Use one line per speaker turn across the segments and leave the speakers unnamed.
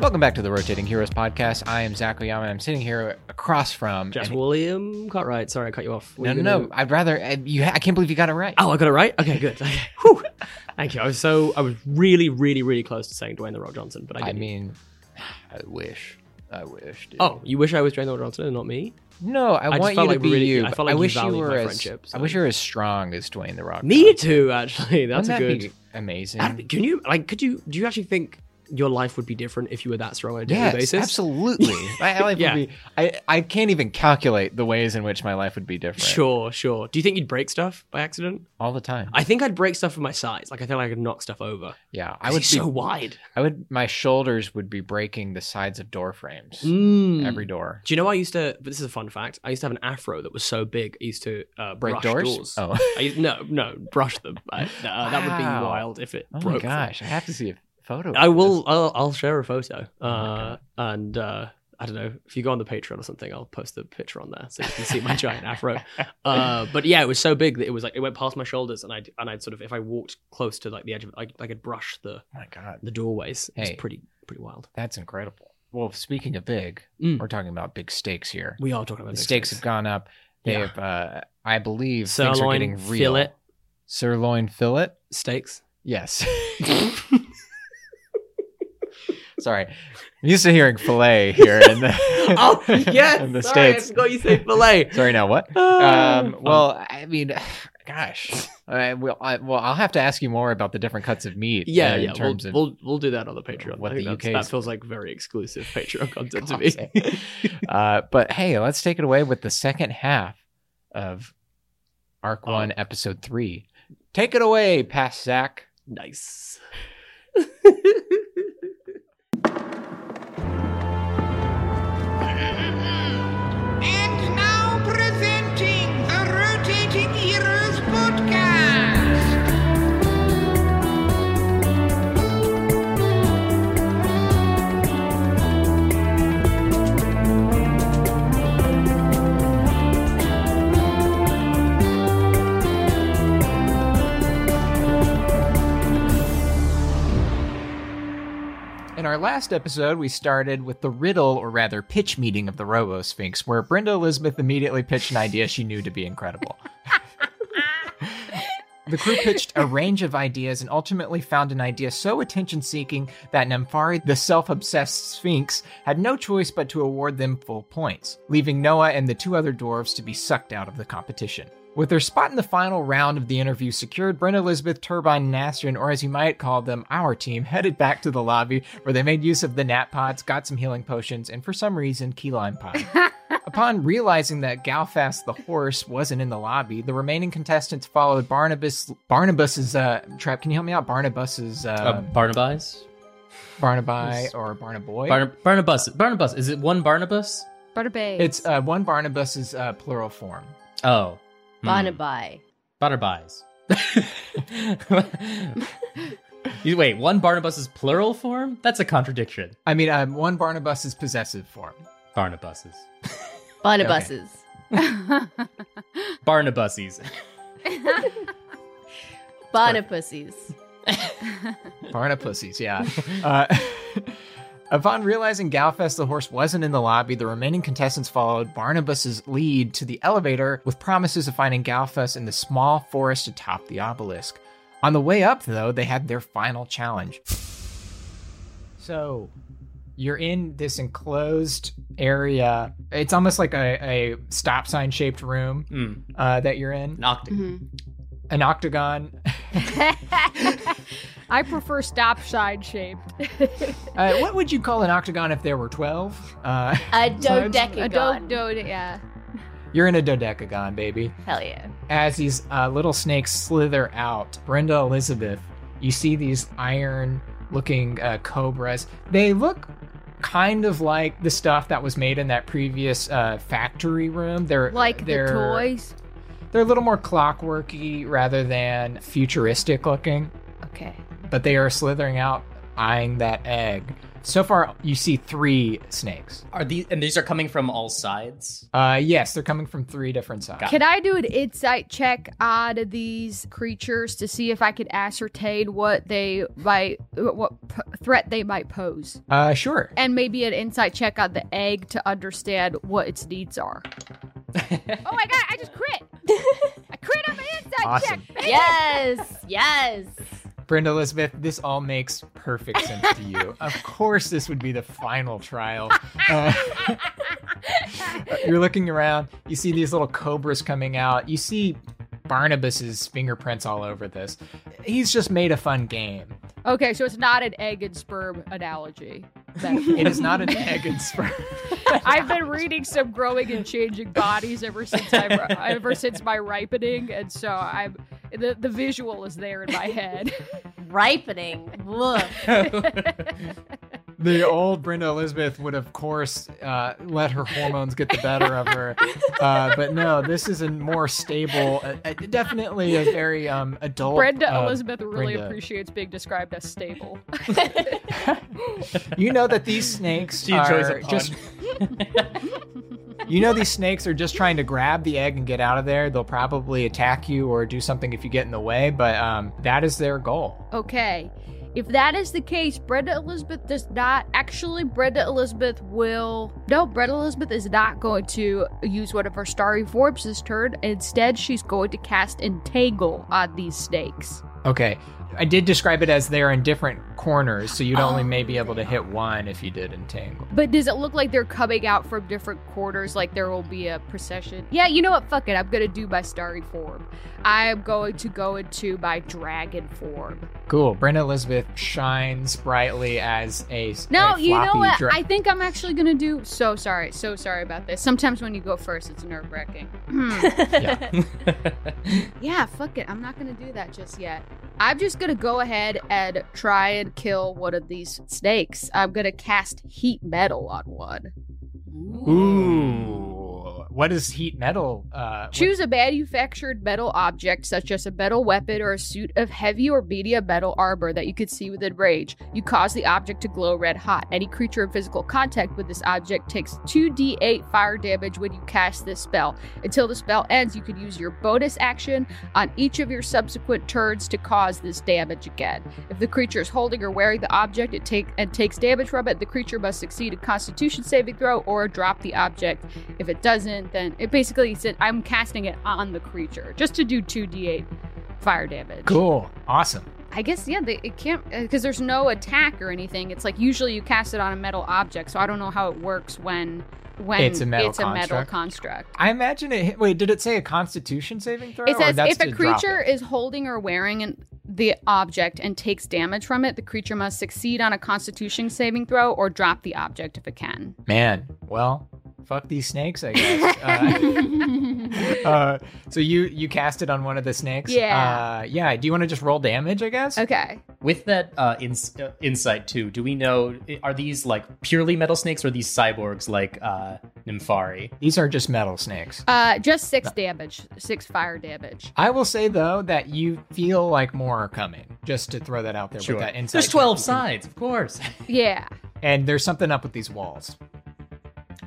Welcome back to the Rotating Heroes podcast. I am Zachary Yama. I'm sitting here across from.
Just
and-
William Cartwright. Sorry, I cut you off. Were
no,
you
no,
gonna-
no. I'd rather. I, you, ha- I can't believe you got it right.
Oh, I got it right. Okay, good. Okay. Whew. Thank you. I was so I was really, really, really close to saying Dwayne the Rock Johnson, but I
I
didn't.
mean, I wish. I wish. dude.
oh, you wish I was Dwayne the Rock Johnson and not me?
no! I,
just
want you
felt
to
like
be
really-
you.
I
but
felt like you
wish
valued
were
my
as.
friendship,
I wish
so-
you were as strong as Dwayne the Rock.
Me
Johnson.
too. Actually, that's
Wouldn't
a
that
good.
Be amazing.
That'd be- can you like? Could you? Do you actually think your life would be different if you were that strong on a daily
Yes,
basis?
absolutely. My life
Yeah.
would be. I, I can't even calculate the ways in which my life would be different.
Sure, sure. Do you think you'd break stuff by accident?
All the time.
I think I'd break stuff with my size. Like I think I could knock stuff over.
yeah, I
I
would.
was
Be,
so wide.
I would. My shoulders would be breaking the sides of door frames.
Mm.
Every door.
Do you know I used to? But this is a fun fact. I used to have an afro that was so big. I used to uh,
Break
brush
doors? Oh.
I used, no, no, brush them. I, uh, That would be
Wow.
wild if it
Oh my
broke. them.
gosh! I have to see a photo.
I
of
will. I'll, I'll share a photo. Uh,
Oh God.
and uh, I don't know if you go on the Patreon or something. I'll post the picture on there so you can see my giant afro. Uh, but yeah, it was so big that it was like it went past my shoulders, and I and I'd sort of if I walked close to like the edge of I, I could brush
Oh
the
my god,
the doorways. It's
Hey.
pretty pretty wild.
that's incredible. Well, speaking of big,
Mm.
we're talking about big stakes here.
We are talking about
the
big
stakes have gone up. They
Yeah.
have, uh, I believe, things are
sirloin
getting real.
fillet
Sirloin fillet.
steaks.
Yes. Sorry, I'm used to hearing fillet here in the
oh yes,
in the
sorry,
states.
I forgot you said fillet.
Sorry, now what? Um,
Um,
well, I mean, gosh, I, well, I, well, I'll have to ask you more about the different cuts of meat.
yeah,
uh,
yeah,
in
we'll,
terms of
we'll we'll do that on the Patreon.
what
I think
the
that's-
UK is-
that feels like very exclusive Patreon content to
God's
me.
uh, but hey, let's take it away with the second half of Arc
Oh.
One, Episode Three. Take it away, past Zach.
nice.
And now presenting the Rotating Heroes podcast.
In our last episode, we started with the riddle, or rather, pitch meeting of the Robo Sphinx, where Brenda Elizabeth immediately pitched an idea she knew to be incredible. the crew pitched a range of ideas and ultimately found an idea so attention seeking that Namphari, the self obsessed Sphinx, had no choice but to award them full points, leaving Noah and the two other dwarves to be sucked out of the competition. With their spot in the final round of the interview secured, Brenda Elizabeth, Turbine, and Astrid, or as you might call them, our team, headed back to the lobby where they made use of the nap pods, got some healing potions, and for some reason, key lime pie. Upon realizing that Galfast the horse wasn't in the lobby, the remaining contestants followed Barnabas. Barnabas's uh, trap. Can you help me out? Barnabas's
Uh,
uh,
Barnabas?
Barnaby or Barnaboy.
Barna- Barnabas. Barnabas. Is it one Barnabas?
Butterbay.
it's uh, one Barnabas's uh, plural form.
Oh. Hmm.
Barnaby.
Barnabas. You- Wait, one Barnabas is plural form? That's a contradiction.
I mean, um, one Barnabas's possessive form.
Barnabases.
Barnabuses.
Barnabuses.
Barnapussies.
Barna pussies, yeah. uh, upon realizing Galfest the horse wasn't in the lobby, the remaining contestants followed Barnabas's lead to the elevator with promises of finding Galfest in the small forest atop the obelisk. On the way up, though, they had their final challenge. So, you're in this enclosed area. It's almost like a, a stop sign shaped room
Hmm.
uh, that you're in,
An octagon.
an octagon.
I prefer stop sign shaped.
Uh, what would you call an octagon if there were 12? Uh,
A
Sorry.
Oh, dodecagon.
I don't know. Yeah.
You're in a dodecagon, baby.
Hell yeah.
as these uh, little snakes slither out, Brenda Elizabeth, you see these iron looking uh, cobras. They look kind of like the stuff that was made in that previous uh, factory room. They're
Like the
they're,
toys.
They're a little more clockworky rather than futuristic looking
Okay.
but they are slithering out, eyeing that egg. So far, you see three snakes.
Are these and these are coming from all sides?
Uh, yes, they're coming from three different sides.
Could I do an insight check out of these creatures to see if I could ascertain what they might, what p- threat they might pose,
Uh, sure.
and maybe an insight check on the egg to understand what its needs are? oh my god! I just crit. I crit on my insight
Awesome.
check. baby!
Yes. Yes.
Brenda Elizabeth, this all makes perfect sense to you. Of course, this would be the final trial. Uh, you're looking around, you see these little cobras coming out, you see Barnabas's fingerprints all over this. He's just made a fun game.
Okay, so it's not an egg and sperm analogy. metaphor.
It is not an egg and sperm.
I've been reading some growing and changing bodies ever since I ever since my ripening, and so I'm the the visual is there in my head.
Ripening. Look.
the old Brenda Elizabeth would, of course, uh, let her hormones get the better of her. Uh, but no, this is a more stable, uh, uh, definitely a very um, adult.
Brenda
uh,
Elizabeth really
Brenda.
appreciates being described as stable.
You know that these snakes
She enjoys
are
a pun.
just. You know these snakes are just trying to grab the egg and get out of there. They'll probably attack you or do something if you get in the way, but um, that is their goal.
Okay. If that is the case, Brenda Elizabeth does not actually Brenda Elizabeth will No, Brenda Elizabeth is not going to use one of her starry forms this turn. Instead, she's going to cast entangle on these snakes.
Okay, I did describe it as they're in different corners, so you'd only
Oh,
may be able to hit one if you did entangle.
But does it look like they're coming out from different quarters? Like there will be a procession? Yeah, you know what? Fuck it. I'm gonna do my starry form. I'm going to go into my dragon form.
Cool. Brenda Elizabeth shines brightly as a s-
No,
a
you know
floppy
what?
dra-
I think I'm actually gonna do. So sorry, so sorry about this. Sometimes when you go first, it's nerve wracking. yeah, fuck it. I'm not gonna do that just yet. I'm just gonna go ahead and try and kill one of these snakes. I'm gonna cast heat metal on one.
Ooh. What is heat metal? Uh, what-
Choose a manufactured metal object, such as a metal weapon or a suit of heavy or medium metal armor that you can see within range. You cause the object to glow red hot. Any creature in physical contact with this object takes 2d8 fire damage when you cast this spell. Until the spell ends, you can use your bonus action on each of your subsequent turns to cause this damage again. If the creature is holding or wearing the object it take, and takes damage from it, the creature must succeed a constitution saving throw or drop the object. If it doesn't, then it basically said I'm casting it on the creature just to do 2d8 fire damage.
cool. Awesome.
I guess, yeah, they, it can't, because there's no attack or anything. It's like usually you cast it on a metal object, so I don't know how it works when. When
It's a metal
metal
construct.
construct.
I imagine it. Hit, wait, did it say a Constitution saving throw?
It
or
says
that's
if a
to drop
creature
it?
is holding or wearing an, the object and takes damage from it, the creature must succeed on a Constitution saving throw or drop the object if it can.
man, well, fuck these snakes, I guess. Uh, uh, so you you cast it on one of the snakes.
Yeah.
Uh, yeah. Do you want to just roll damage? I guess.
Okay.
With that uh, ins- uh, insight too, do we know are these like purely metal snakes or are these cyborgs like uh, Nymphari?
These are just metal snakes.
Uh, just six damage, six fire damage.
I will say though that you feel like more are coming. Just to throw that out there with that insight.
There's
check.
twelve sides, of course.
Yeah.
And there's something up with these walls.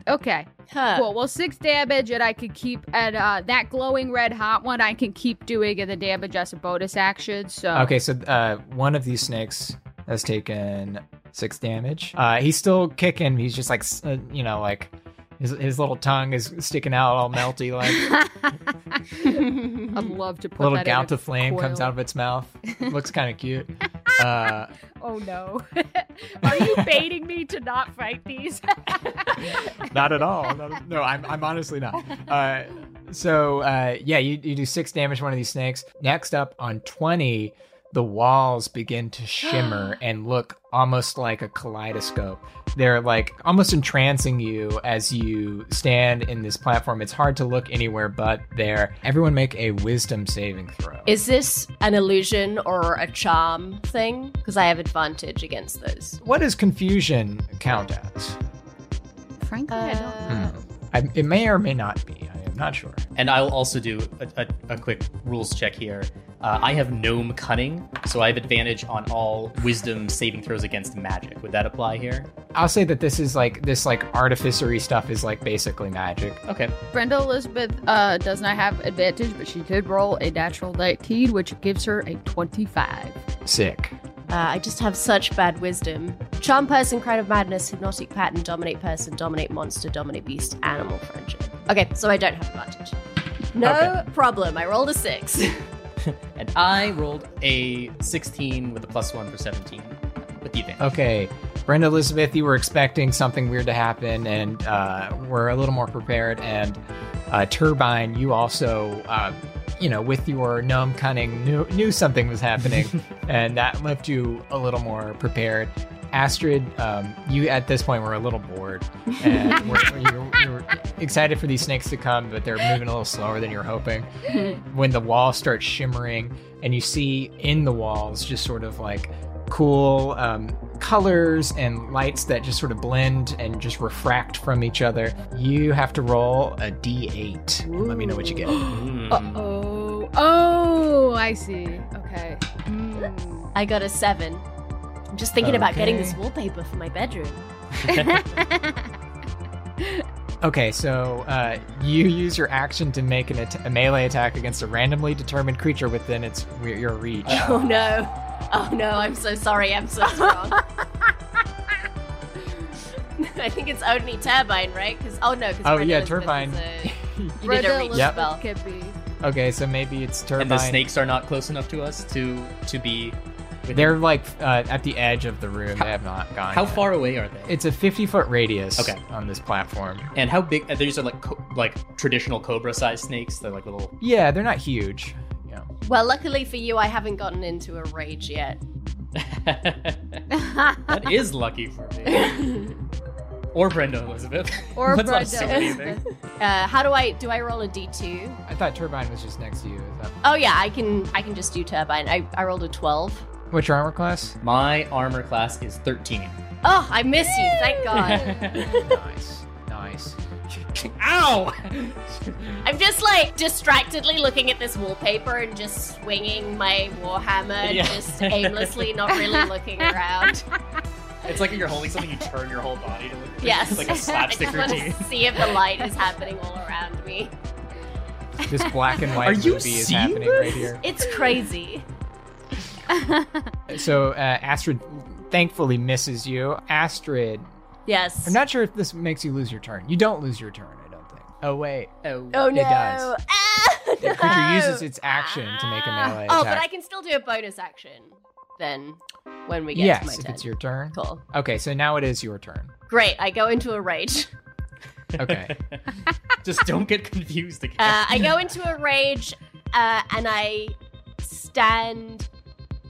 Okay.
Huh.
Cool. Well, six damage, and I can keep and uh, that glowing red hot one. I can keep doing and the damage as a bonus action. So
Okay, so uh, one of these snakes has taken six damage. Uh, he's still kicking. He's just like, s- uh, you know, like his, his little tongue is sticking out all melty, like
I'd love to put
a little
that in a
gout of flame comes
coil.
out of its mouth. Looks kind of cute. Uh,
Oh no! Are you baiting me to not fight these?
not at all. Not at- no, I'm, I'm honestly not. Uh, so, uh, yeah, you, you do six damage to one of these snakes. Next up on 20, the walls begin to shimmer and look almost like a kaleidoscope. They're like almost entrancing you as you stand in this platform. It's hard to look anywhere but there. Everyone make a wisdom saving throw.
Is this an illusion or a charm thing? Because I have advantage against those.
what does confusion count as? Hmm.
Frankly, I don't.
Uh,
I, it may or may not be. I am not sure.
And I'll also do a, a, a quick rules check here. Uh, I have gnome cunning, so I have advantage on all wisdom saving throws against magic. Would that apply here?
I'll say that this is like this like artificery stuff is like basically magic.
Okay.
Brenda Elizabeth uh, does not have advantage, but she did roll a natural 19, which gives her a 25.
Sick.
uh, I just have such bad wisdom. Charm person, crowd of madness, hypnotic pattern, dominate person, dominate monster, dominate beast, animal friendship. Okay, so I don't have advantage. No problem. I rolled a six.
And I rolled a 16 with a plus one for 17 with the advantage.
Okay, Brenda Elizabeth, you were expecting something weird to happen, and uh, we're a little more prepared. And uh, Turbine, you also, uh, you know, with your gnome cunning, knew, knew something was happening, and that left you a little more prepared. Astrid, um, you at this point were a little bored, and were, you, you were excited for these snakes to come, but they're moving a little slower than you're hoping when the wall starts shimmering and you see in the walls just sort of like cool um, colors and lights that just sort of blend and just refract from each other you have to roll a d8 and let me know what you get
Hmm.
oh. Oh, I see. Okay. Mm.
I got a seven. I'm just thinking about getting
Okay.
this wallpaper for my bedroom.
okay so uh, you use your action to make an at- a melee attack against a randomly determined creature within its your reach
Oh no. Oh no, I'm so sorry, I'm so strong. I think it's only Turbine, right? 'Cause- oh no, because
Oh, yeah, Turbine.
you need a
Brenda
reach
Yep.
spell.
Elizabeth can be.
okay so maybe it's turbine
And the snakes are not close enough to us to to be. within-
they're like uh, at the edge of the room they have not gone
How
yet.
far away are they?
It's a 50 foot radius
Okay.
on this platform.
and how big? And these are like co- like traditional cobra-sized snakes. They're like little.
Yeah, they're not huge. Yeah.
Well, luckily for you, I haven't gotten into a rage yet.
that is lucky for me. Or Brenda Elizabeth.
Or
Let's not
Brenda
assume anything.
Elizabeth.
Uh, how do I do? I roll a d2.
I thought Turbine was just next to you. Is that...
Oh yeah, I can. I can just do Turbine. I, I rolled a 12.
What's your armor class?
My armor class is 13.
Oh, I miss you. Thank God.
nice. Nice.
Ow!
I'm just like distractedly looking at this wallpaper and just swinging my warhammer,
Yeah.
just aimlessly, not really looking around.
It's like you're holding something, you turn your whole body to look
Yes.
It's like a slapstick
I just
routine.
want to see if the light is happening all around me.
This black and white
Are you
movie is
seeing
happening right here.
It's crazy.
So uh, Astrid thankfully misses you. Astrid,
Yes.
I'm not sure if this makes you lose your turn. You don't lose your turn, I don't think. Oh, wait.
Oh.
oh no.
does.
Ah,
The creature
no.
uses its action to make a melee
Oh, but
attack.
I can still do a bonus action then when we get to my
yes, if
turn.
it's your turn.
Cool.
Okay, so now it is your turn.
Great. I go into a rage.
Okay.
Just don't get confused again.
Uh, I go into a rage uh, and I stand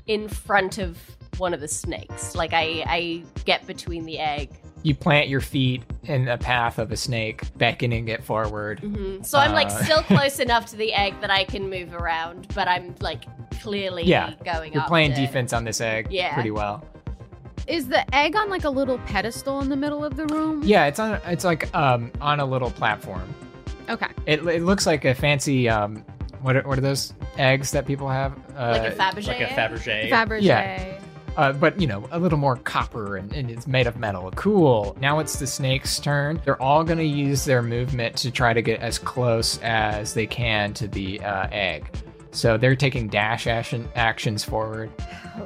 in front of one of the snakes. Like I, I get between the egg.
you plant your feet in a path of a snake, beckoning it forward.
hmm So I'm like
Uh.
still close enough to the egg that I can move around, but I'm like clearly
Yeah,
going.
You're playing
after-
defense on this egg
Yeah.
pretty well.
Is the egg on like a little pedestal in the middle of the room?
Yeah, it's on. It's like um on a little platform.
Okay.
It, it looks like a fancy um what are, what are those eggs that people have? Uh,
like a Fabergé.
like a
egg?
Fabergé.
Fabergé.
Yeah. uh, but you know a little more copper and, and it's made of metal. Cool. Now it's the snake's turn. They're all gonna use their movement to try to get as close as they can to the uh, egg. So they're taking dash action, actions forward.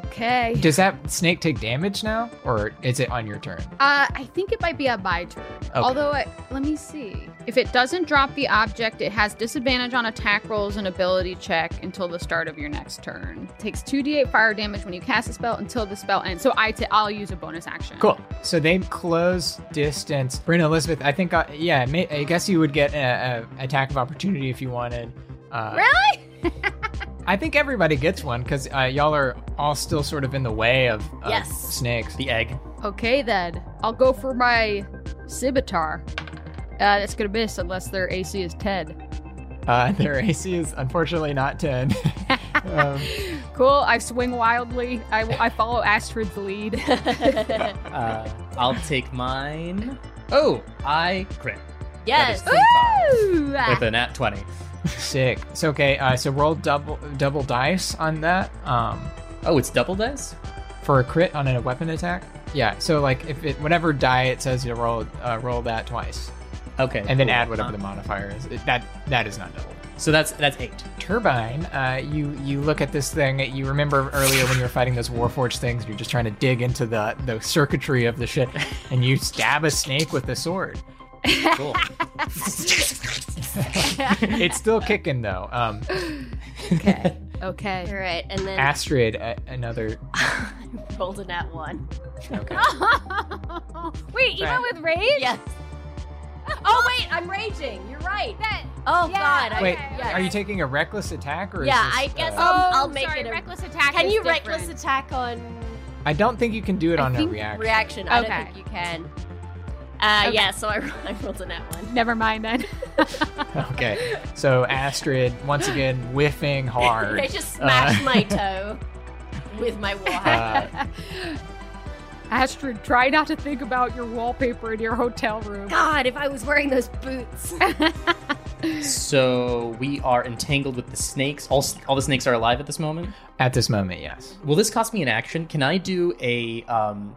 Okay.
Does that snake take damage now, or is it on your turn?
Uh, I think it might be on my turn. Although, I, let me see. If it doesn't drop the object, it has disadvantage on attack rolls and ability check until the start of your next turn. takes 2d8 fire damage when you cast a spell until the spell ends. So i t- I'll use a bonus action.
Cool. So they close distance. Brina Elizabeth, I think, uh, yeah, may, I guess you would get an attack of opportunity if you wanted. Uh,
Really?
I think everybody gets one because uh, y'all are all still sort of in the way of, of
Yes.
snakes.
The egg.
Okay, then. I'll go for my Scimitar. Uh, it's gonna miss unless their AC is 10.
Uh, their AC is unfortunately not 10. um,
Cool, I swing wildly. I, I follow Astrid's lead.
Uh, I'll take mine. Oh, I crit. That is
yes.
25
Ooh, ah.
With an at 20.
sick. It's okay. Uh, so roll double double dice on that um,
Oh, it's double dice?
for a crit on a weapon attack. Yeah. So like if it whatever die it says you roll uh, roll that twice
Okay.
and then
cool.
add whatever
Uh,
the modifier is. It- that that is not double.
So that's that's eight.
Turbine, uh, you you look at this thing. You remember earlier when you were fighting those Warforged things. You're just trying to dig into the the circuitry of the shit, and you stab a snake with the sword.
Cool.
It's still kicking though. Um,
okay. All
Okay.
right, and then
Astrid, a- another.
rolled a nat one.
Okay.
Wait, even
Right.
with rage?
Yes. Oh wait, I'm raging. You're right.
That,
Oh
Yeah,
god. I-
Wait,
yes.
are you taking a reckless attack or?
Yeah,
is this,
I guess
Um,
uh,
I'll-
oh,
I'll make
sorry,
it a-
reckless attack.
Can
is
you
different.
reckless attack on
I don't think you can do it
I
on a
think
reaction.
reaction? I
Okay.
don't think you can. Uh,
Okay.
yeah. So I, ro- I rolled a nat one.
Never mind then.
okay, so Astrid once again whiffing hard.
I just smashed
Uh,
my toe with my warhammer.
uh,
Astrid, try not to think about your wallpaper in your hotel room.
god, if I was wearing those boots.
so we are entangled with the snakes. All s- all the snakes are alive at this moment.
at this moment, yes.
Will this cost me an action? Can I do a um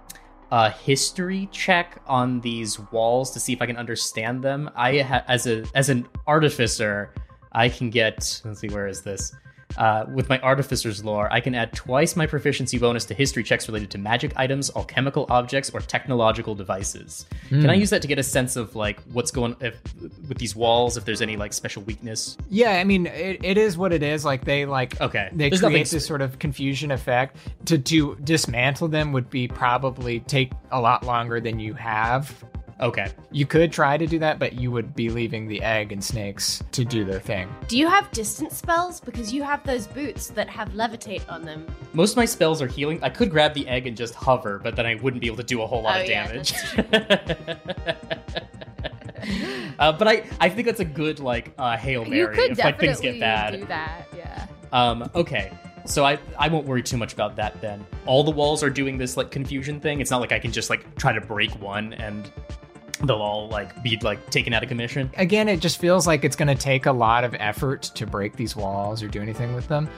a history check on these walls to see if I can understand them? I ha- as a as an artificer, I can get let's see where is this. Uh, with my artificer's lore, I can add twice my proficiency bonus to history checks related to magic items, alchemical objects, or technological devices. Can I use that to get a sense of like what's going if, with these walls? If there's any like special weakness?
Yeah, I mean, it, it is what it is. Like they like
Okay.
they
There's nothing
create this sort of confusion effect. To to dismantle them would be probably take a lot longer than you have.
Okay.
You could try to do that, but you would be leaving the egg and snakes to do their thing.
Do you have distance spells? Because you have those boots that have levitate on them.
Most of my spells are healing. I could grab the egg and just hover, but then I wouldn't be able to do a whole lot
Oh,
of
yeah,
damage. uh, but I, I think that's a good like uh, hail mary
you could
if like things
definitely
get bad.
do that, yeah.
Um, okay, so I I won't worry too much about that then. All the walls are doing this like confusion thing. It's not like I can just like try to break one and they'll all like be like taken out of commission.
Again, it just feels like it's going to take a lot of effort to break these walls or do anything with them.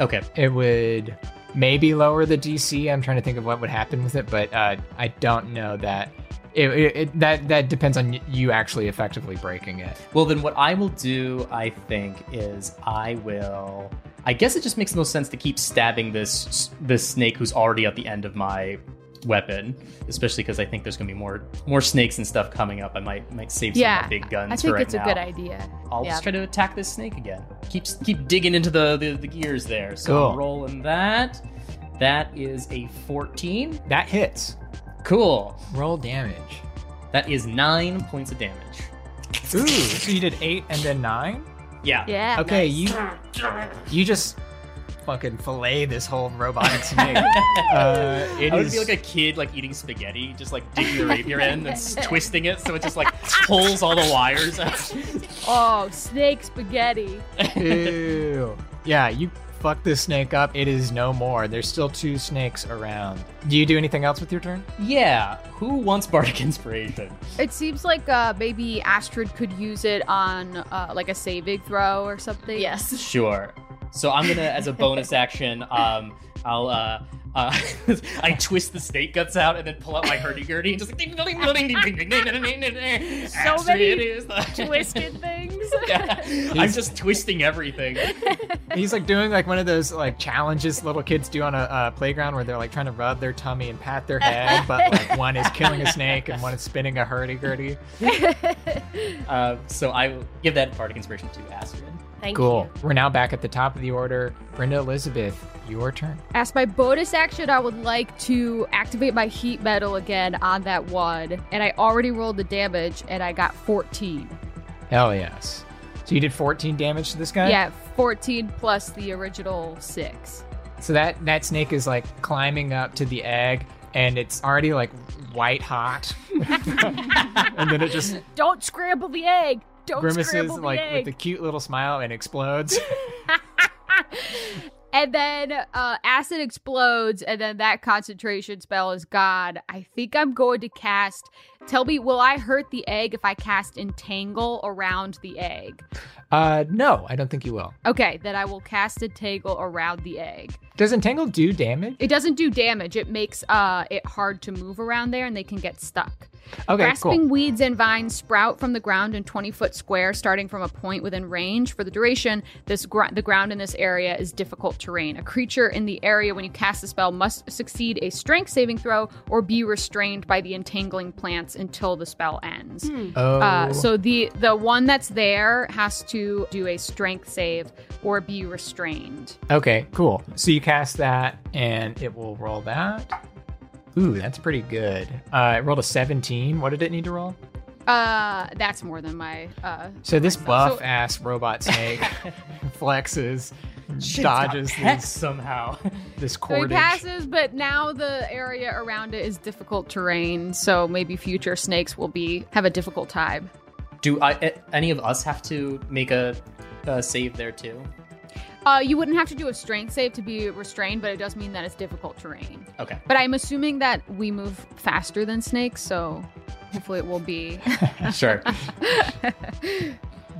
Okay,
It would maybe lower the DC. I'm trying to think of what would happen with it, but uh, I don't know that. It, it, it, that that depends on y- you actually effectively breaking it.
Well, then what I will do, I think, is I will. I guess it just makes no sense to keep stabbing this this snake who's already at the end of my weapon, especially because I think there's going to be more more snakes and stuff coming up. I might might save some of
Yeah,
my big guns
I
for
think
right
it's a
now.
good idea.
I'll
Yeah.
just try to attack this snake again. Keep keep digging into the the, the gears there. So
Cool.
I'm rolling that. That is a 14.
That hits.
Cool.
Roll damage.
That is nine points of damage.
Ooh, so you did eight and then nine.
Yeah.
Yeah.
okay, you you just fucking fillet this whole robotic snake. uh, it
I would
is-
be like a kid, like eating spaghetti, just like digging your rapier in and s- twisting it, so it just like pulls all the wires out.
Oh, snake spaghetti.
Ew. Yeah, you fuck this snake up. It is no more. There's still two snakes around. Do you do anything else with your turn?
yeah, who wants bardic inspiration?
It seems like uh, maybe Astrid could use it on uh, like a saving throw or something.
Yes.
Sure. So I'm gonna, as a bonus action, um, I'll uh, uh, I twist the snake guts out and then pull out my hurdy gurdy and just like ding ding ding ding ding ding ding ding ding ding ding.
So
Astrid
many
is the-
Twisted things.
Yeah, I'm just twisting everything.
He's like doing like one of those like challenges little kids do on a uh, playground where they're like trying to rub their tummy and pat their head, but like one is killing a snake and one is spinning a hurdy gurdy.
Uh, so I will give that bardic inspiration to Astrid.
Thank
Cool.
you.
We're now back at the top of the order. Brenda Elizabeth, your turn.
As my bonus action, I would like to activate my heat metal again on that one. And I already rolled the damage and I got 14.
Hell yes. So you did 14 damage to this guy?
Yeah, 14 plus the original six.
So that, that snake is like climbing up to the egg and it's already like white hot. and then it just
Don't scramble the egg. Don't
grimaces
scramble the
like
egg.
with a cute little smile and explodes.
and then uh, acid explodes, and then that concentration spell is gone. I think I'm going to cast. Tell me, will I hurt the egg if I cast entangle around the egg?
Uh, no, I don't think you will.
Okay, then I will cast entangle around the egg.
Does entangle do damage?
It doesn't do damage. It makes uh, it hard to move around there, and they can get stuck.
Okay,
Grasping
cool.
weeds and vines sprout from the ground in 20 foot square, starting from a point within range. For the duration, this gr- the ground in this area is difficult terrain. A creature in the area when you cast the spell must succeed a strength saving throw or be restrained by the entangling plants until the spell ends.
Oh,
Uh, so the the one that's there has to do a strength save or be restrained.
okay, cool. So you cast that, and it will roll that. Ooh, that's pretty good. Uh, it rolled a 17. What did it need to roll?
Uh, that's more than my uh,
So this buff
So-
ass robot snake flexes,
Shit's got
dodges
pecs
this,
somehow.
this
So he
cordage.
passes, but now the area around it is difficult terrain, so maybe future snakes will be have a difficult time.
Do I? a- Any of us have to make a, a save there too?
Uh, you wouldn't have to do a strength save to be restrained, but it does mean that it's difficult terrain.
Okay.
But I'm assuming that we move faster than snakes, so hopefully it will be.
Sure.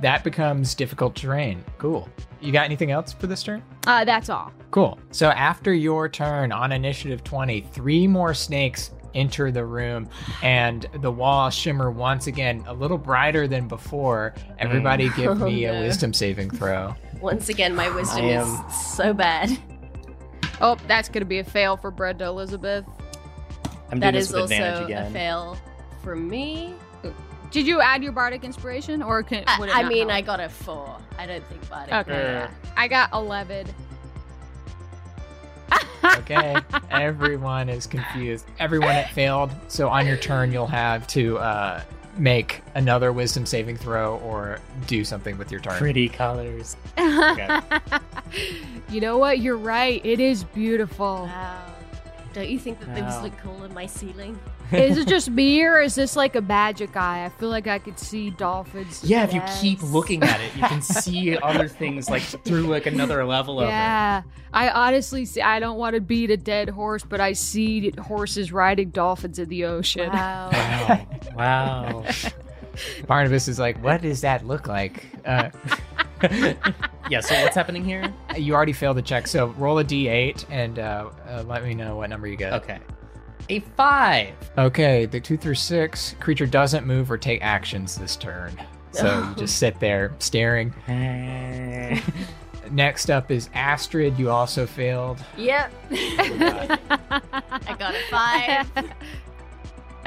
that becomes difficult terrain. Cool. You got anything else for this turn?
uh, that's all.
Cool. So after your turn on initiative 20, three more snakes enter the room and the walls shimmer once again a little brighter than before. Everybody give
Oh,
me a
no.
wisdom saving throw.
Once again, my wisdom
I am-
is so bad.
Oh, that's gonna be a fail for Brenda Elizabeth.
I'm doing
That
this
is
with
also
advantage
a
again.
fail for me.
Did you add your bardic inspiration, or can,
I,
would it
I
not
mean, I
help?
got a four. I don't think Bardic.
okay, I got eleven.
Okay. Everyone is confused. Everyone that failed. So on your turn, you'll have to uh, make another wisdom saving throw or do something with your turn.
Pretty colors.
you know what? You're right. It is beautiful.
Wow. Don't you think that things
Wow.
look cool in my ceiling?
is it just me or is this like a magic eye? I feel like I could see dolphins.
Yeah, if you keep
Yes.
looking at it, you can see other things like through like another level of it.
Yeah, I honestly see. I don't want to beat a dead horse, but I see horses riding dolphins in the ocean.
Wow.
Wow. Wow.
Barnabas is like, what does that look like? Uh,
yeah, so what's happening here?
you already failed the check. So roll a d8 and uh, uh, let me know what number you get.
Okay. A five.
Okay, the two through six creature doesn't move or take actions this turn. So you just sit there staring. Next up is Astrid. You also failed.
Yep. I got a five.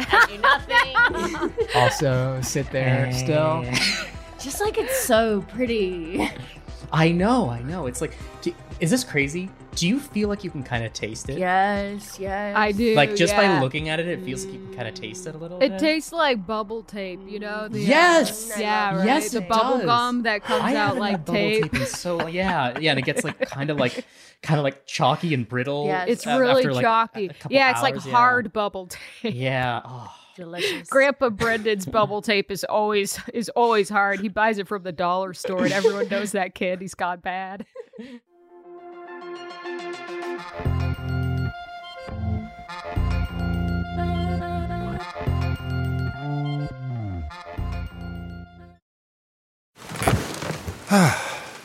I do nothing.
Also sit there still.
Just like it's so pretty.
I know, I know. It's like, do, is this crazy? Do you feel like you can kind of taste it?
Yes, yes.
I do.
Like just by
yeah.
looking at it, it feels like you can kind of taste it a little.
It
bit.
tastes like bubble tape, you know? The, uh,
Yes!
yeah, right?
Yes,
the
it
bubble
does.
gum that comes
I
out
haven't had
like
bubble
tape.
in so yeah, yeah, and it gets like kind of like kind of like chalky and brittle.
Yeah,
It's
a-
really
after, like,
chalky.
a couple
yeah, it's like
hours, yeah.
hard bubble tape.
Yeah. Oh.
Delicious.
Grandpa Brendan's bubble tape is always is always hard. He buys it from the dollar store, and everyone knows that kid. He's gone bad.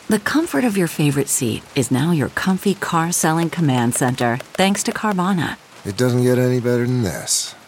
The comfort of your favorite seat is now your comfy car selling command center, thanks to Carvana.
It doesn't get any better than this.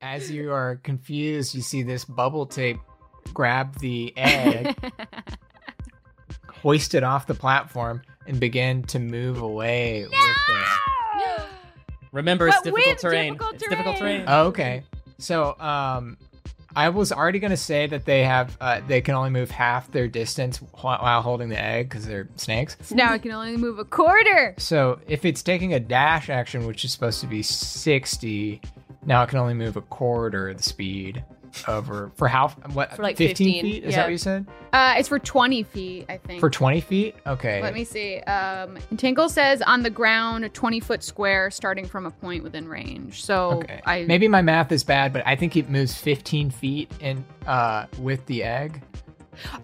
As you are confused, you see this bubble tape grab the egg, hoist it off the platform, and begin to move away with it.
Remember, it's
But
difficult
with
terrain.
difficult
it's difficult
terrain.
terrain.
Oh, okay. So, um, I was already gonna say that they have uh, they can only move half their distance wh- while holding the egg because they're snakes.
Now I can only move a quarter.
So if it's taking a dash action, which is supposed to be sixty, now it can only move a quarter of the speed over for how what
For like 15,
feet? Is
yeah.
that what you said?
Uh, it's for 20 feet, I think.
For twenty feet? Okay.
Let me see. Um, Tingle says on the ground, a 20 foot square starting from a point within range. So
Okay.
I
Maybe my math is bad, but I think it moves 15 feet in uh, with the egg.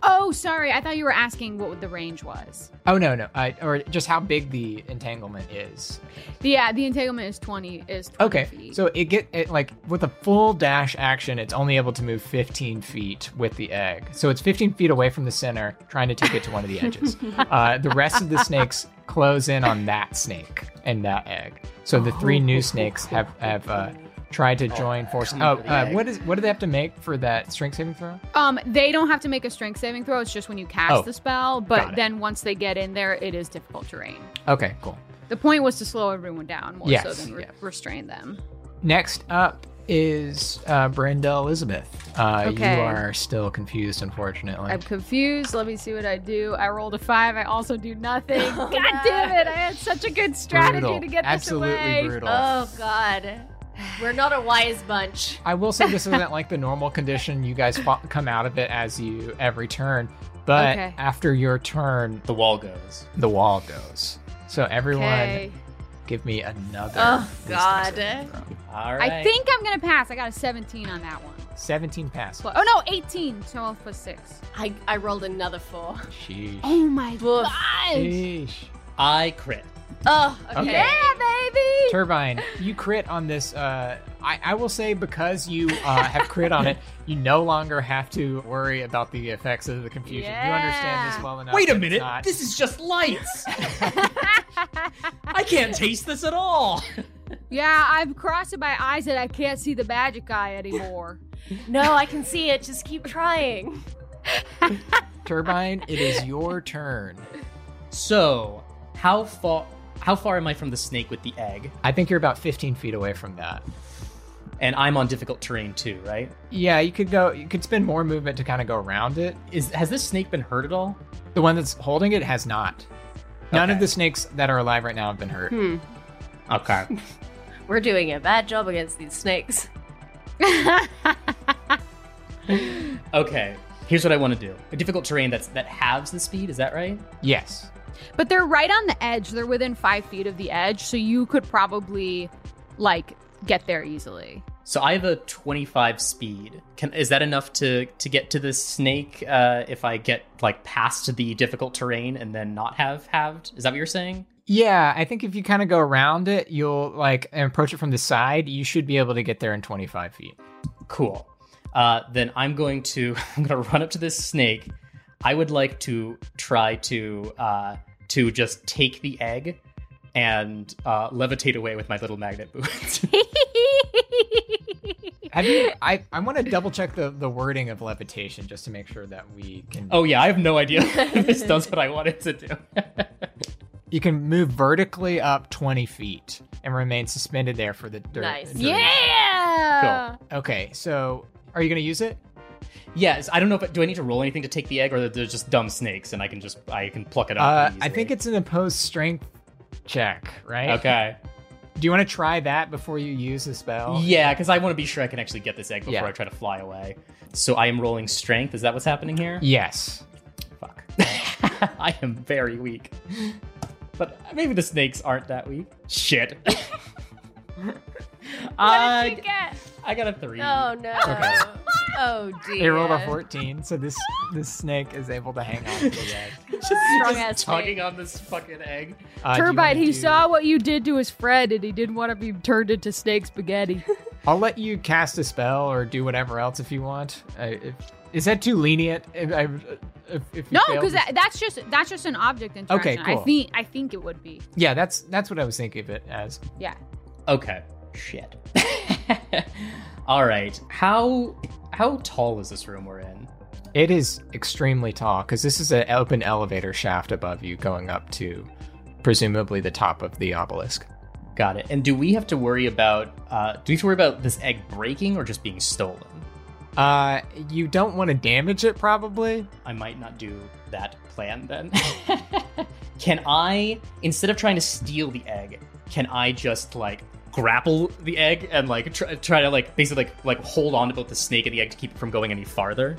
Oh, sorry. I thought you were asking what the range was.
Oh no, no, I, or just how big the entanglement is.
Yeah, the entanglement is 20. Is 20
Okay,
feet.
so it get it, like with a full dash action, it's only able to move 15 feet with the egg. So it's 15 feet away from the center, trying to take it to one of the edges. uh, the rest of the snakes close in on that snake and that egg. So the three new snakes have have uh, tried to join forces. Oh,
for the
uh,
egg.
what is what do they have to make for that strength saving throw?
Um, they don't have to make a strength saving throw. It's just when you cast
Oh,
the spell.
got
But
it.
then once they get in there, it is difficult terrain.
Okay, cool.
The point was to slow everyone down more so
Yes,
than re- restrain them.
Next up is uh, Brenda Elizabeth. Uh,
Okay.
You are still confused, unfortunately.
I'm confused. Let me see what I do. I rolled a five. I also do nothing. god damn it! I had such a good strategy
Brutal.
to get
Absolutely
this away.
brutal.
Oh god. We're not a wise bunch.
I will say this isn't like the normal condition. You guys fa- come out of it as you every turn, but
Okay.
after your turn,
the wall goes.
The wall goes. So everyone,
Okay.
give me another.
Oh,
wisdom
God.
saving throw.
All
I think I'm gonna pass. I got a 17 on that one.
seventeen pass.
Plus, oh no, 18. 12 plus six.
I I rolled another four.
Sheesh.
Oh my god.
Ah!
Sheesh.
I crit.
Oh,
okay. Okay.
Yeah, baby.
Turbine, you crit on this. Uh, I, I will say because you uh, have crit on it, you no longer have to worry about the effects of the confusion. You understand this well enough.
Wait a
that it's
minute.
not-
This is just lights. I can't taste this at all.
Yeah, I've crossed my eyes and I can't see the magic eye anymore.
No, I can see it. Just keep trying.
Turbine, it is your turn.
So, how far how far am I from the snake with the egg?
I think you're about 15 feet away from that.
And I'm on difficult terrain too, right?
Yeah, you could go. You could spend more movement to kind of go around it.
Is has this snake been hurt at all?
The one that's holding it has not. None of the snakes that are alive right now have been hurt.
Hmm.
Okay.
We're doing a bad job against these snakes.
Okay. Here's what I want to do. A difficult terrain that's that halves the speed, is that right?
Yes.
But they're right on the edge. They're within five feet of the edge, so you could probably like get there easily.
So I have a 25 speed. Can is that enough to to get to the snake uh if I get like past the difficult terrain and then not have halved? Is that what you're saying?
Yeah, I think if you kind of go around it, you'll like and approach it from the side. You should be able to get there in 25 feet.
Cool. Uh, then I'm going to I'm going to run up to this snake. I would like to try to uh, to just take the egg and uh, levitate away with my little magnet boots.
Have you? I I want to double check the the wording of levitation just to make sure that we can.
oh yeah, I have no idea if this does what I want it to do.
You can move vertically up 20 feet and remain suspended there for the dirt.
Nice.
Yeah.
Okay, so are you gonna use it?
Yes, I don't know if do I need to roll anything to take the egg, or there's just dumb snakes and I can just I can pluck it up.
Uh,
easily.
I think it's an opposed strength check, right?
okay.
Do you want to try that before you use the spell?
Yeah, because I want to be sure I can actually get this egg before
Oh, Yeah.
I try to fly away. So I am rolling strength. Is that what's happening here?
Yes.
Fuck. I am very weak. But maybe the snakes aren't that weak. Shit. I
you get?
I got a three.
Oh no.
Okay.
Oh dear.
He rolled a 14, so this this snake is able to hang on to the egg.
Just,
Strong
just
ass
tugging on this fucking egg.
Uh, do you
Turbite,
wanna
he
do-
saw what you did to his friend and he didn't want to be turned into snake spaghetti.
I'll let you cast a spell or do whatever else if you want. I, if, is that too lenient? If, I, if, if you
No,
fail
because
this-
that, that's just that's just an object interaction. I
cool.
think I think it would be.
yeah, that's that's what I was thinking of it as.
Yeah.
Okay. Shit. All right. How how tall is this room we're in?
It is extremely tall because this is an open elevator shaft above you going up to presumably the top of the obelisk.
Got it. And do we have to worry about uh, do we have to worry about this egg breaking or just being stolen?
Uh, you don't want to damage it, probably.
I might not do that plan then. can I instead of trying to steal the egg, can I just like grapple the egg and like try, try to like basically like like hold on to both the snake and the egg to keep it from going any farther?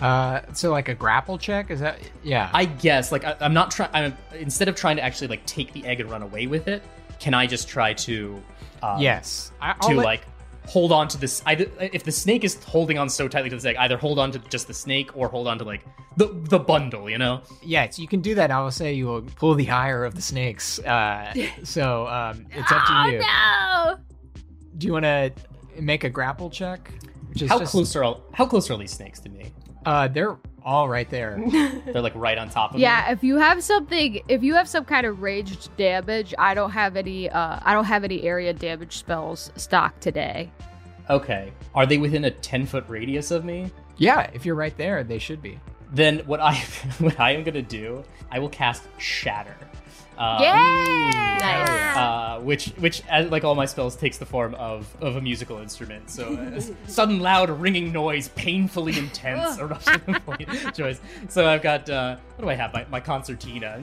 Uh, so like a grapple check is that? Yeah.
I guess like I, I'm not trying. I'm instead of trying to actually like take the egg and run away with it, can I just try to? Um,
yes. I,
To
I'll let-
like hold on to this. Either if the snake is holding on so tightly to this egg, either hold on to just the snake or hold on to like the the bundle. You know.
Yes, you can do that. I will say you will pull the ire of the snakes. Uh, so um, it's up to you.
Oh
Do you want to make a grapple check? Which is
how
just-
close are all, how close are these snakes to me?
Uh, they're all right there.
They're like right on top of me.
yeah, if you have something if you have some kind of raged damage, I don't have any uh I don't have any area damage spells stocked today.
Okay. Are they within a ten foot radius of me?
yeah, if you're right there, they should be.
Then what I what I am gonna do, I will cast Shatter. Um,
Yeah!
Nice.
uh, which which as, like all my spells takes the form of of a musical instrument. So uh, s- sudden, loud, ringing noise, painfully intense eruption of voice- joys. So I've got uh, what do I have? My, my concertina. I'm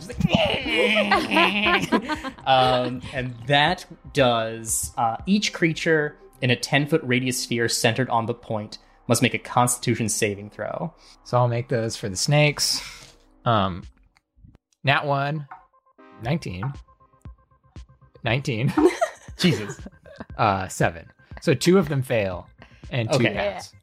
just like, um, and that does uh, each creature in a ten foot radius sphere centered on the point must make a Constitution saving throw.
So I'll make those for the snakes. Um, nat one, 19, 19,
Jesus.
uh, seven. So two of them fail, and two
Okay.
pass.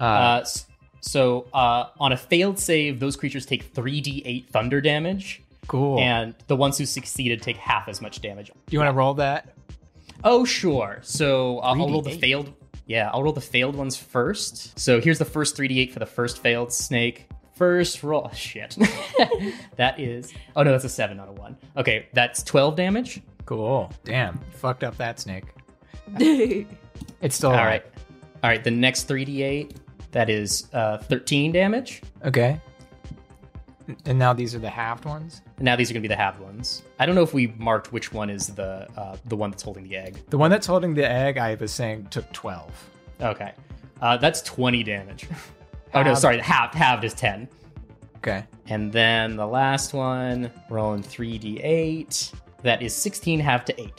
Uh,
Uh, s- so uh, on a failed save, those creatures take three d eight thunder damage.
cool.
and the ones who succeeded take half as much damage.
Do you want to roll that?
Oh, sure. So uh, I'll roll the
3d8.
failed. Yeah, I'll roll the failed ones first. So here's the first 3d8 for the first failed snake. First roll. oh, Shit. that is. Oh no, that's a seven, not a one. Okay, that's 12 damage.
Cool. Damn, you fucked up that snake. It's still
All right. All right. The next 3d8. That is uh, 13 damage.
Okay. And now these are the halved ones.
And now these are gonna be the halved ones. I don't know if we marked which one is the uh, the one that's holding the egg.
The one that's holding the egg, I was saying, took 12.
Okay, uh, that's 20 damage. oh no,
Halved.
sorry, halved halved is 10.
Okay.
And then the last one, rolling 3d8. That is 16 half to 8.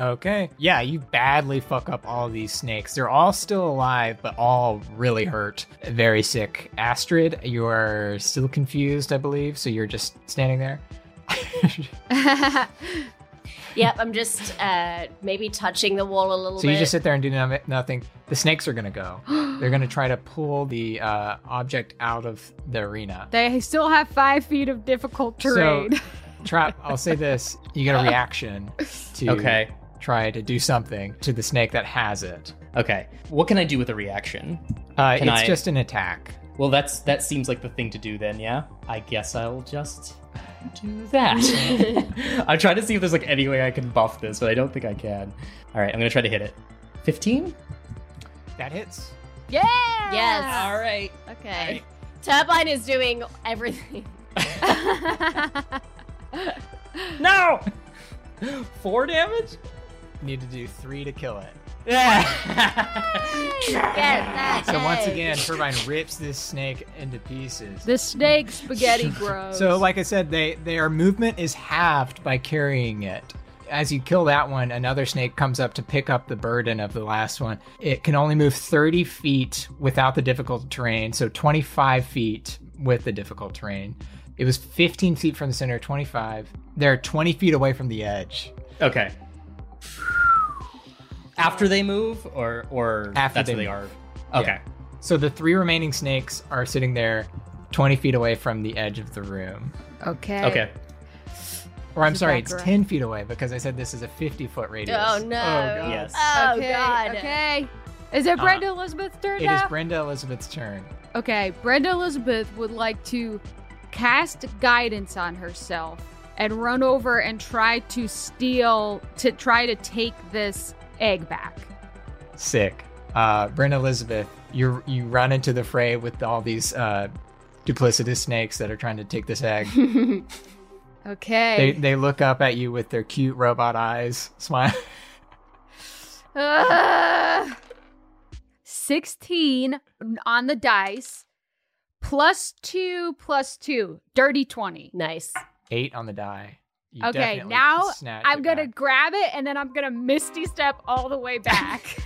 Okay. Yeah, you badly fuck up all these snakes. They're all still alive, but all really hurt, very sick. Astrid, you are still confused, I believe, so you're just standing there.
Yep, I'm just uh, maybe touching the wall a little
so
bit.
you just sit there and do no- nothing. The snakes are going to go. They're going to try to pull the uh, object out of the arena.
They still have five feet of difficult terrain.
So, Trap, I'll say this you get a reaction to
Okay.
try to do something to the snake that has it.
Okay. What can I do with a reaction?
Uh, it's
Can I-
just an attack.
Well, that's that seems like the thing to do then, yeah? I guess I'll just do that. I'm trying to see if there's like any way I can buff this, but I don't think I can. All right, I'm going to try to hit it. 15?
That hits.
yeah.
Yes.
All right.
okay. Turbine is doing everything.
No! 4 damage?
Need to do three to kill it.
Get that.
So once
egg.
again, Turbine rips this snake into pieces.
The snake spaghetti grows.
so, like I said, they their movement is halved by carrying it. As you kill that one, another snake comes up to pick up the burden of the last one. It can only move 30 feet without the difficult terrain, so 25 feet with the difficult terrain. It was 15 feet from the center, 25. They're 20 feet away from the edge.
Okay. After they move, or or
After
that's
they
where they
move.
are. Okay.
Yeah. So the three remaining snakes are sitting there 20 feet away from the edge of the room.
Okay.
Okay.
Or I'm
Is it
sorry,
back
it's
around?
10 feet away because I said this is a 50 foot radius.
Oh no.
God. Yes.
Oh
okay,
god.
Okay. Is it
Uh,
Brenda Elizabeth's turn
It is
now?
Brenda Elizabeth's turn.
okay, Brenda Elizabeth would like to cast guidance on herself and run over and try to steal to try to take this egg back.
Sick. Uh, Brenda Elizabeth, you you run into the fray with all these uh, duplicitous snakes that are trying to take this egg. They
Okay.
they look up at you with their cute robot eyes, smile.
Ugh. 16 on the dice plus 2 plus 2 dirty 20.
Nice.
Eight on the die. You
okay,
definitely
now
snatch
I'm
it
going to
back.
grab it and then I'm going to misty step all the way back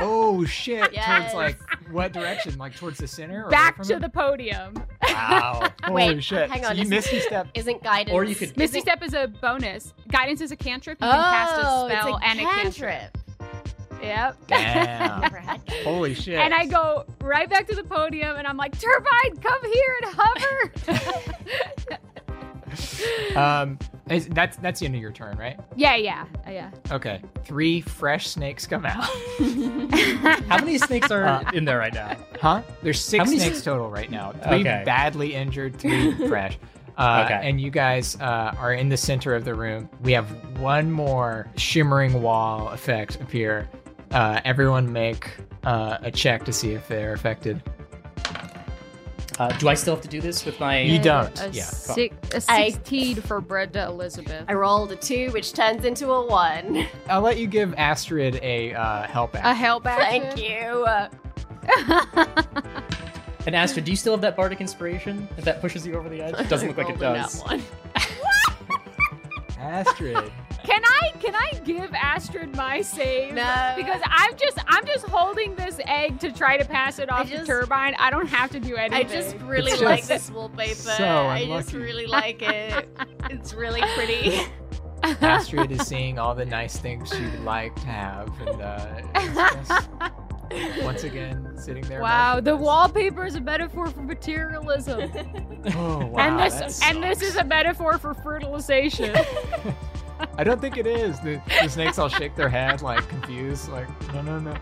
Oh shit!
Yes.
Towards like what direction? Like towards the center? Or
back
away
to
from
the podium.
it? Wow! Holy
Wait,
shit!
hang
So
on,
you
is-
missed a step.
Isn't guidance?
Or you could-
Misty step is a bonus. Guidance is a cantrip. You can cast a
Oh, it's
spell and a cantrip. Yep.
Damn!
Brad.
Holy shit!
And I go right back to the podium and I'm like, Turbine, come here and hover.
Um, is- that's that's the end of your turn, right?
yeah, yeah, yeah.
Okay. Three fresh snakes come out.
How many snakes are in there right now?
Huh? There's
How
six
many
snakes
s-
total right now. Three
Okay.
badly injured, three fresh. Uh,
Okay.
And you guys uh, are in the center of the room. We have one more shimmering wall effect appear. Uh, everyone make uh, a check to see if they're affected.
Uh, do I still have to do this with my?
You don't.
A,
Yeah.
six, a
I-
16 for Brenda Elizabeth.
I rolled a two, which turns into a one.
I'll let you give Astrid a uh, help
A
action.
hellback.
Thank you.
And Astrid, do you still have that bardic inspiration? If that pushes you over the edge, doesn't look like it
Rolled a nat
does.
one.
Astrid.
Can I can I give Astrid my save?
No.
Because I'm just I'm just holding this egg to try to pass it off
just-
to Turbine. I don't have to do anything.
I just really
It's
like
just
this wallpaper.
so
I just
unlucky.
really like it. It's really pretty.
Astrid is seeing all the nice things she would like to have. And uh, it's just, once again, sitting there.
Wow, the
wall.
wallpaper is a metaphor for materialism.
Oh, wow.
and
that
this and this
sucks.
is a metaphor for fertilization.
I don't think it is. The, the snakes all shake their head, like confused, like no, no, no.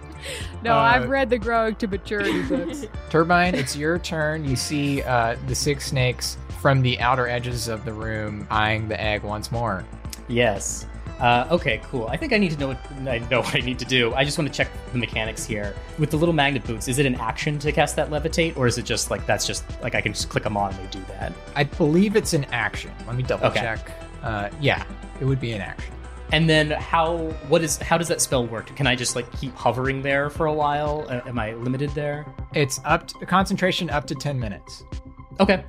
no,
Uh,
I've read the growing to maturity books.
Turbine, it's your turn. You see uh, the six snakes from the outer edges of the room eyeing the egg once more.
Yes. Uh, okay, cool. I think I need to know what I know what I need to do. I just want to check the mechanics here. With the little magnet boots, is it an action to cast that levitate, or is it just like that's just like I can just click them on and they do that?
I believe it's an action. Let me double
Okay.
check. Uh, yeah, it would be an action.
And then how what is how does that spell work? Can I just like keep hovering there for a while? Uh, am I limited there?
It's up to, concentration up to ten minutes.
Okay,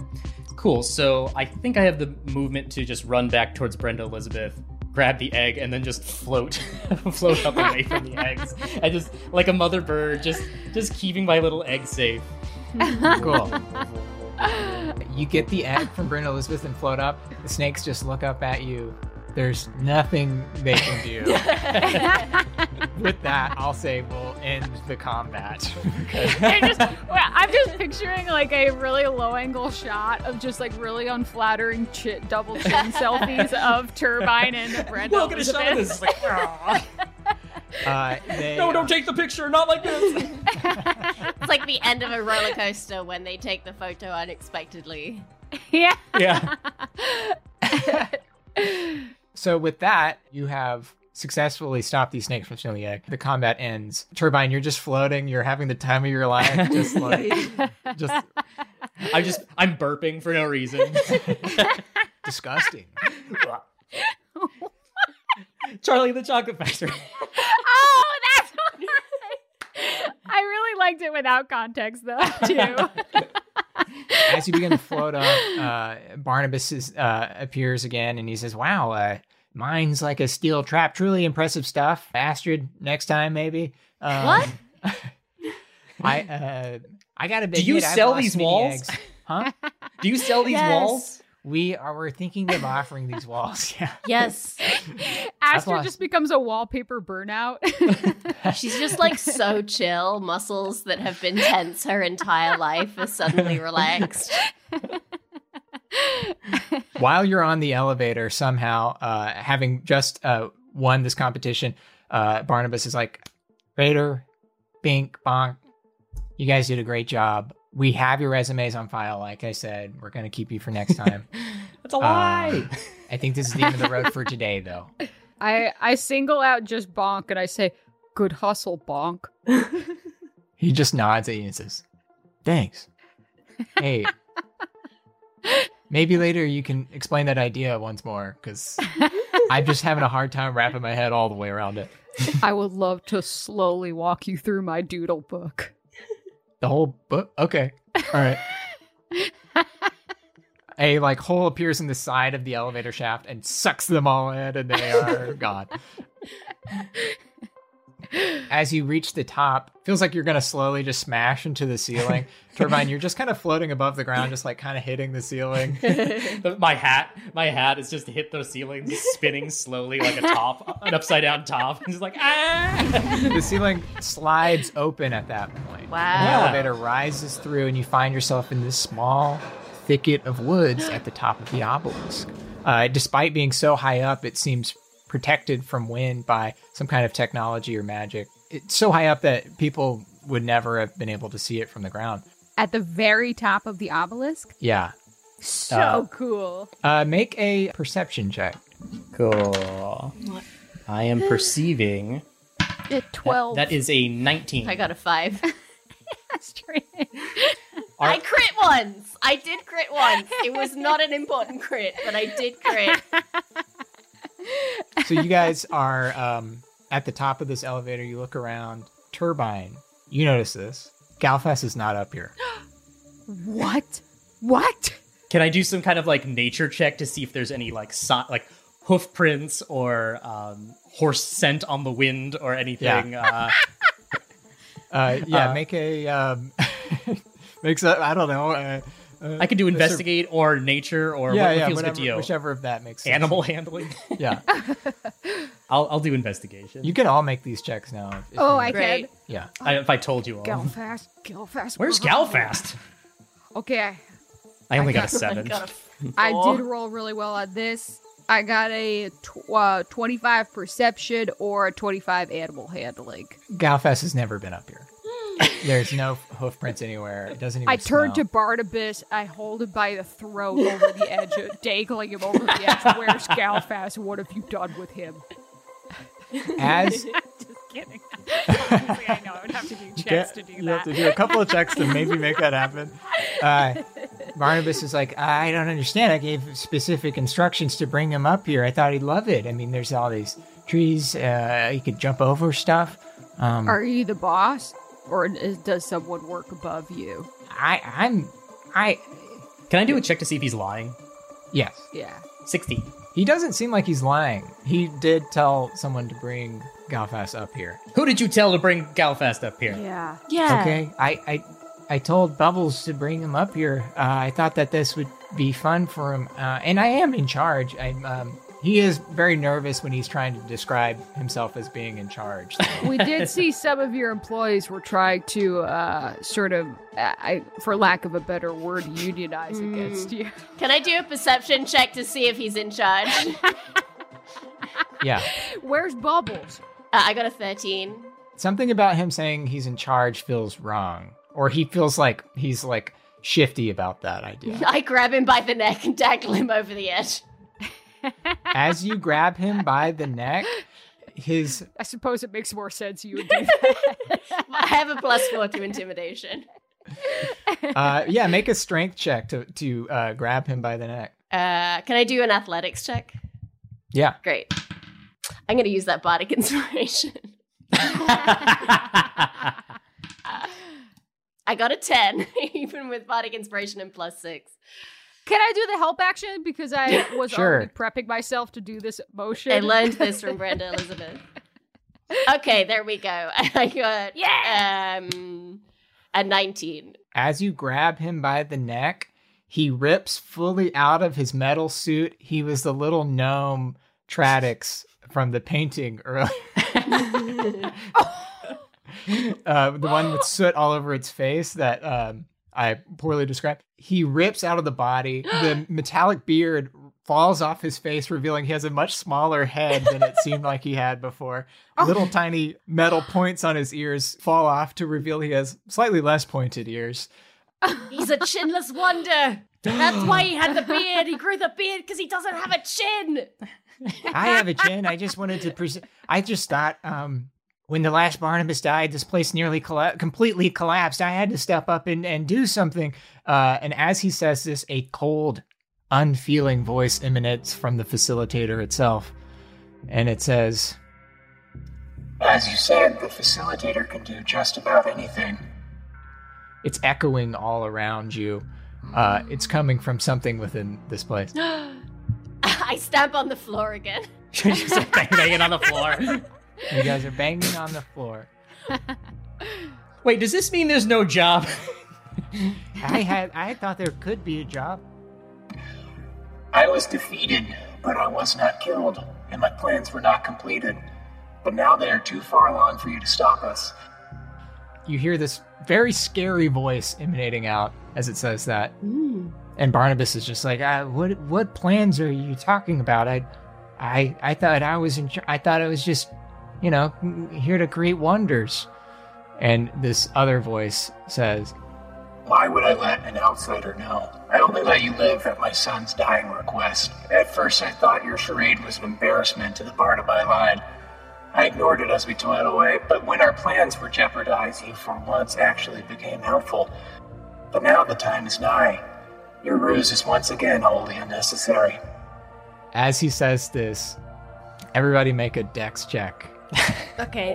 cool. So I think I have the movement to just run back towards Brenda Elizabeth, grab the egg, and then just float, float up away from the eggs, and just like a mother bird, just just keeping my little egg safe.
Cool. you get the egg from Brenda Elizabeth and float up. The snakes just look up at you. There's nothing they can do. With that, I'll say we'll end the combat.
They're just, well, I'm just picturing like a really low angle shot of just like really unflattering chit, double chin selfies of Turbine and Brenda.
Look at a shot of this. It's
Elizabeth.
Like, "Ah."
Uh, they,
no, don't take the picture. Not like this.
it's like the end of a roller coaster when they take the photo unexpectedly.
yeah.
yeah.
So with that, you have successfully stopped these snakes from stealing the egg. The combat ends. Turbine, you're just floating. You're having the time of your life. Just like, just
I just I'm burping for no reason.
disgusting.
Charlie and the Chocolate Factory.
Oh, that's why. I really liked it without context though too.
As you begin to float up, uh, Barnabas is, uh, appears again, and he says, "Wow, uh, mine's like a steel trap. Truly impressive stuff. Astrid, next time maybe." Um,
What?
I uh, I gotta.
Do you
admit, I've
sell
lost
these
many
walls?
eggs. Huh?
Do you sell these
Yes.
walls?
We are we're thinking of offering these walls. Yeah.
Yes.
That's
Aster
why-
just becomes a wallpaper burnout.
She's just like so chill. Muscles that have been tense her entire life are suddenly relaxed.
While you're on the elevator, somehow, uh, having just uh, won this competition, uh, Barnabas is like, Raider, Bink, Bonk, you guys did a great job. We have your resumes on file. Like I said, we're going to keep you for next time.
That's
a lie.
Uh, I think this is the end of the road for today, though.
I I single out just bonk and I say, "Good hustle, bonk."
He just nods at you and says, Thanks. Hey, maybe later you can explain that idea once more because I'm just having a hard time wrapping my head all the way around it.
I would love to slowly walk you through my doodle book.
The whole book? Okay. All right. a like hole appears in the side of the elevator shaft and sucks them all in and they are gone. As you reach the top, feels like you're gonna slowly just smash into the ceiling. Turbine, you're just kind of floating above the ground, just like kind of hitting the ceiling.
my hat, my hat is just hit the ceiling, spinning slowly like a top, an upside down top. It's like ah.
the ceiling slides open at that point.
Wow.
The elevator rises through, and you find yourself in this small thicket of woods at the top of the obelisk. Uh, despite being so high up, it seems protected from wind by some kind of technology or magic. It's so high up that people would never have been able to see it from the ground.
At the very top of the obelisk.
Yeah.
So
Uh,
cool.
Uh, make a perception check.
Cool. I am perceiving.
At twelve.
That is a 19.
I got a five.
Straight.
I crit once. I did crit once. It was not an important crit, but I did crit.
so you guys are um, at the top of this elevator. You look around. Turbine, you notice this. Galfest is not up here.
What? What?
Can I do some kind of like nature check to see if there's any like si- like hoof prints or um, horse scent on the wind or anything?
Uh, uh, yeah,
Uh,
make a um, makes a I don't know. Uh, uh,
I could do
a sur-
investigate or nature or
Yeah,
what, what
yeah,
feels
whatever,
good to you.
whichever of that makes sense.
Animal handling.
Yeah,
I'll, I'll do investigation.
you can all make these checks now. if- if
Oh,
you-
I
Great.
can.
yeah.
I, if I told you all.
Galfast. Galfast.
Oh. Where's
where are you?
Galfast?
Okay, I,
Uh-huh. I only got, a
I
seven.
got a
I
four.
did roll really well at this. I got a tw- uh, 25 perception or a 25 animal handling.
Galfest has never been up here. There's no hoof prints anywhere. It doesn't even.
I turned
smell.
to Barnabas. I hold him by the throat over the edge, uh, dangling him over the edge. Where's Galfast? What have you done with him?
as
Just kidding. Obviously, I know I would have to do checks
Yeah,
to do
you have
that.
to do a couple of checks to maybe make that happen. Uh, Barnabas is like, I don't understand. I gave specific instructions to bring him up here. I thought he'd love it. I mean, there's all these trees. Uh, he could jump over stuff. Um,
Are you the boss, or is, does someone work above you?
I, I'm, I,
Can I do a check to see if he's lying?
yes.
Yeah.
60.
He doesn't seem like he's lying. He did tell someone to bring Galfas up here.
Who did you tell to bring Galfast up here?
Yeah.
Yeah.
Okay, I, I I told Bubbles to bring him up here. Uh, I thought that this would be fun for him, uh, and I am in charge. I'm. Um, he is very nervous when he's trying to describe himself as being in charge. so-
we did see some of your employees were trying to uh, sort of, uh, I, for lack of a better word, unionize against you.
Can I do a perception check to see if he's in charge? uh,
yeah,
Where's Bubbles?
I got a 13.
something about him saying he's in charge feels wrong, or he feels like he's like shifty about that idea.
I grab him by the neck and dangle him over the edge.
As you grab him by the neck, his
I suppose it makes more sense you would do that.
I have a plus four to intimidation.
uh, yeah, make a strength check to to uh, grab him by the neck.
Uh, can I do an athletics check?
Yeah.
Great. I'm going to use that bardic inspiration. I got a 10, even with bardic inspiration and plus six.
Can I do the help action because I was
Sure.
already prepping myself to do this motion?
I learned this from Brenda Elizabeth. Okay, there we go. I got yeah! um, a 19.
as you grab him by the neck, He rips fully out of his metal suit. He was the little gnome Tradix from the painting earlier. uh, the one with soot all over its face that um, I poorly described. He rips out of the body. The metallic beard falls off his face, revealing he has a much smaller head than it seemed like he had before. Little tiny metal points on his ears fall off to reveal he has slightly less pointed ears.
He's a chinless wonder. That's why he had the beard. He grew the beard because he doesn't have a chin.
I have a chin. I just wanted to present. I just thought um, when the last Barnabas died, this place nearly colla- completely collapsed. I had to step up and, and do something. Uh, and as he says this, a cold, unfeeling voice emanates from the facilitator itself. And it says,
As you said, the facilitator can do just about anything.
it's echoing all around you. Uh, it's coming from something within this place.
I stamp on the floor again.
banging on the floor.
You guys are banging on the floor.
Wait, does this mean there's no job?
I had I thought there could be a job.
I was defeated, but I was not killed, and my plans were not completed. But now they are too far along for you to stop us.
You hear this very scary voice emanating out as it says that. And Barnabas is just like, I, "What? What plans are you talking about? I, I, I thought I was in. char- I thought I was just, you know, here to create wonders." And this other voice says,
Why would I let an outsider know? I only let you live at my son's dying request. At first, I thought your charade was an embarrassment to the Barnaby line. I ignored it as we toiled away, but when our plans were jeopardized, you for once actually became helpful. But now the time is nigh. Your ruse is once again wholly unnecessary.
as he says this, everybody make a dex check.
Okay.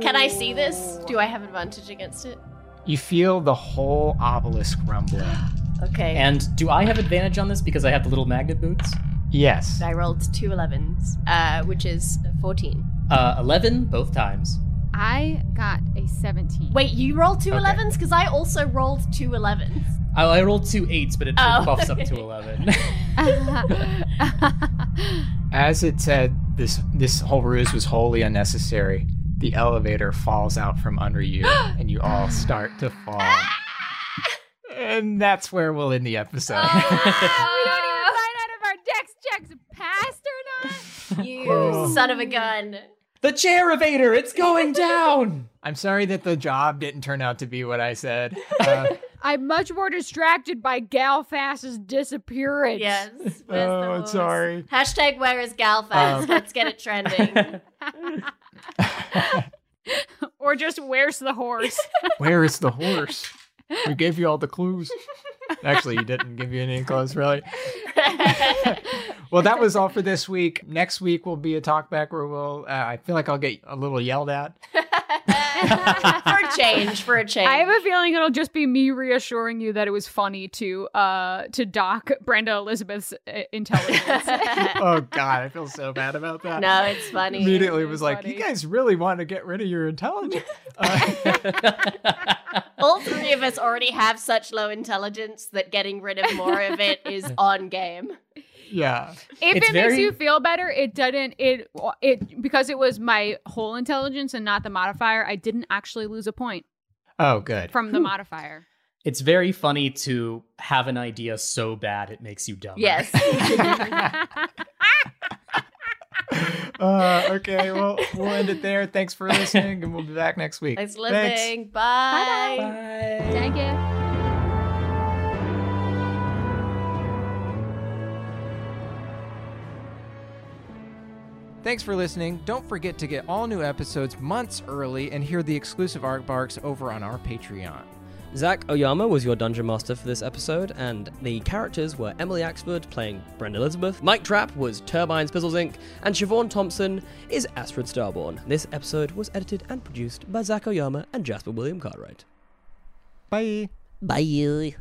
Can I see this? Do I have advantage against it?
You feel the whole obelisk rumbling.
Okay.
And do I have advantage on this because I have the little magnet boots?
Yes.
I rolled two 11s, uh, which is 14.
Uh, 11 both times.
I got a 17. Wait, you rolled two 11s? Because I also rolled two 11s.
I, I rolled two 8s, but it
Oh.
buffs up to 11.
As it said, this this whole ruse was wholly unnecessary. The elevator falls out from under you, and you all start to fall. and that's where we'll end the episode.
Ah.
we don't even find out if our dex checks passed or not.
You son of a gun.
the chair evader, it's going down.
I'm sorry that the job didn't turn out to be what I said. Uh,
I'm much more distracted by Galfast's disappearance.
Yes.
oh, I'm sorry.
Hashtag where is Galfast?
Um.
Let's get it trending.
Or just where's the horse?
Where is the horse? We gave you all the clues. Actually, you didn't give you any clues, really. well, that was all for this week. Next week will be a talk back where we'll. Uh, I feel like I'll get a little yelled at.
for a change, for a change.
I have a feeling it'll just be me reassuring you that it was funny to uh to dock Brenda Elizabeth's uh, intelligence.
oh God, I feel so bad about that.
No, it's funny.
Immediately
It's
was like,
funny.
you guys really want to get rid of your intelligence. Uh,
All three of us already have such low intelligence that getting rid of more of it is on game.
yeah.
if
It's
it makes
very-
you feel better, it didn't. It it because it was my whole intelligence and not the modifier. I didn't actually lose a point
Oh, good.
from the modifier.
It's very funny to have an idea so bad it makes you dumb.
Yes.
Uh, okay, well, we'll end it there. Thanks for listening, and we'll be back next week.
Thanks,
Thanks.
living. Bye.
Bye.
Thank you.
Thanks for listening. Don't forget to get all new episodes months early and hear the exclusive art barks over on our Patreon.
Zach Oyama was your dungeon master for this episode, and the characters were Emily Axford playing Brenda Elizabeth, Mike Trapp was Turbines Pizzles Inc., and Siobhan Thompson is Astrid Starborn. This episode was edited and produced by Zach Oyama and Jasper William Cartwright.
Bye.
Bye.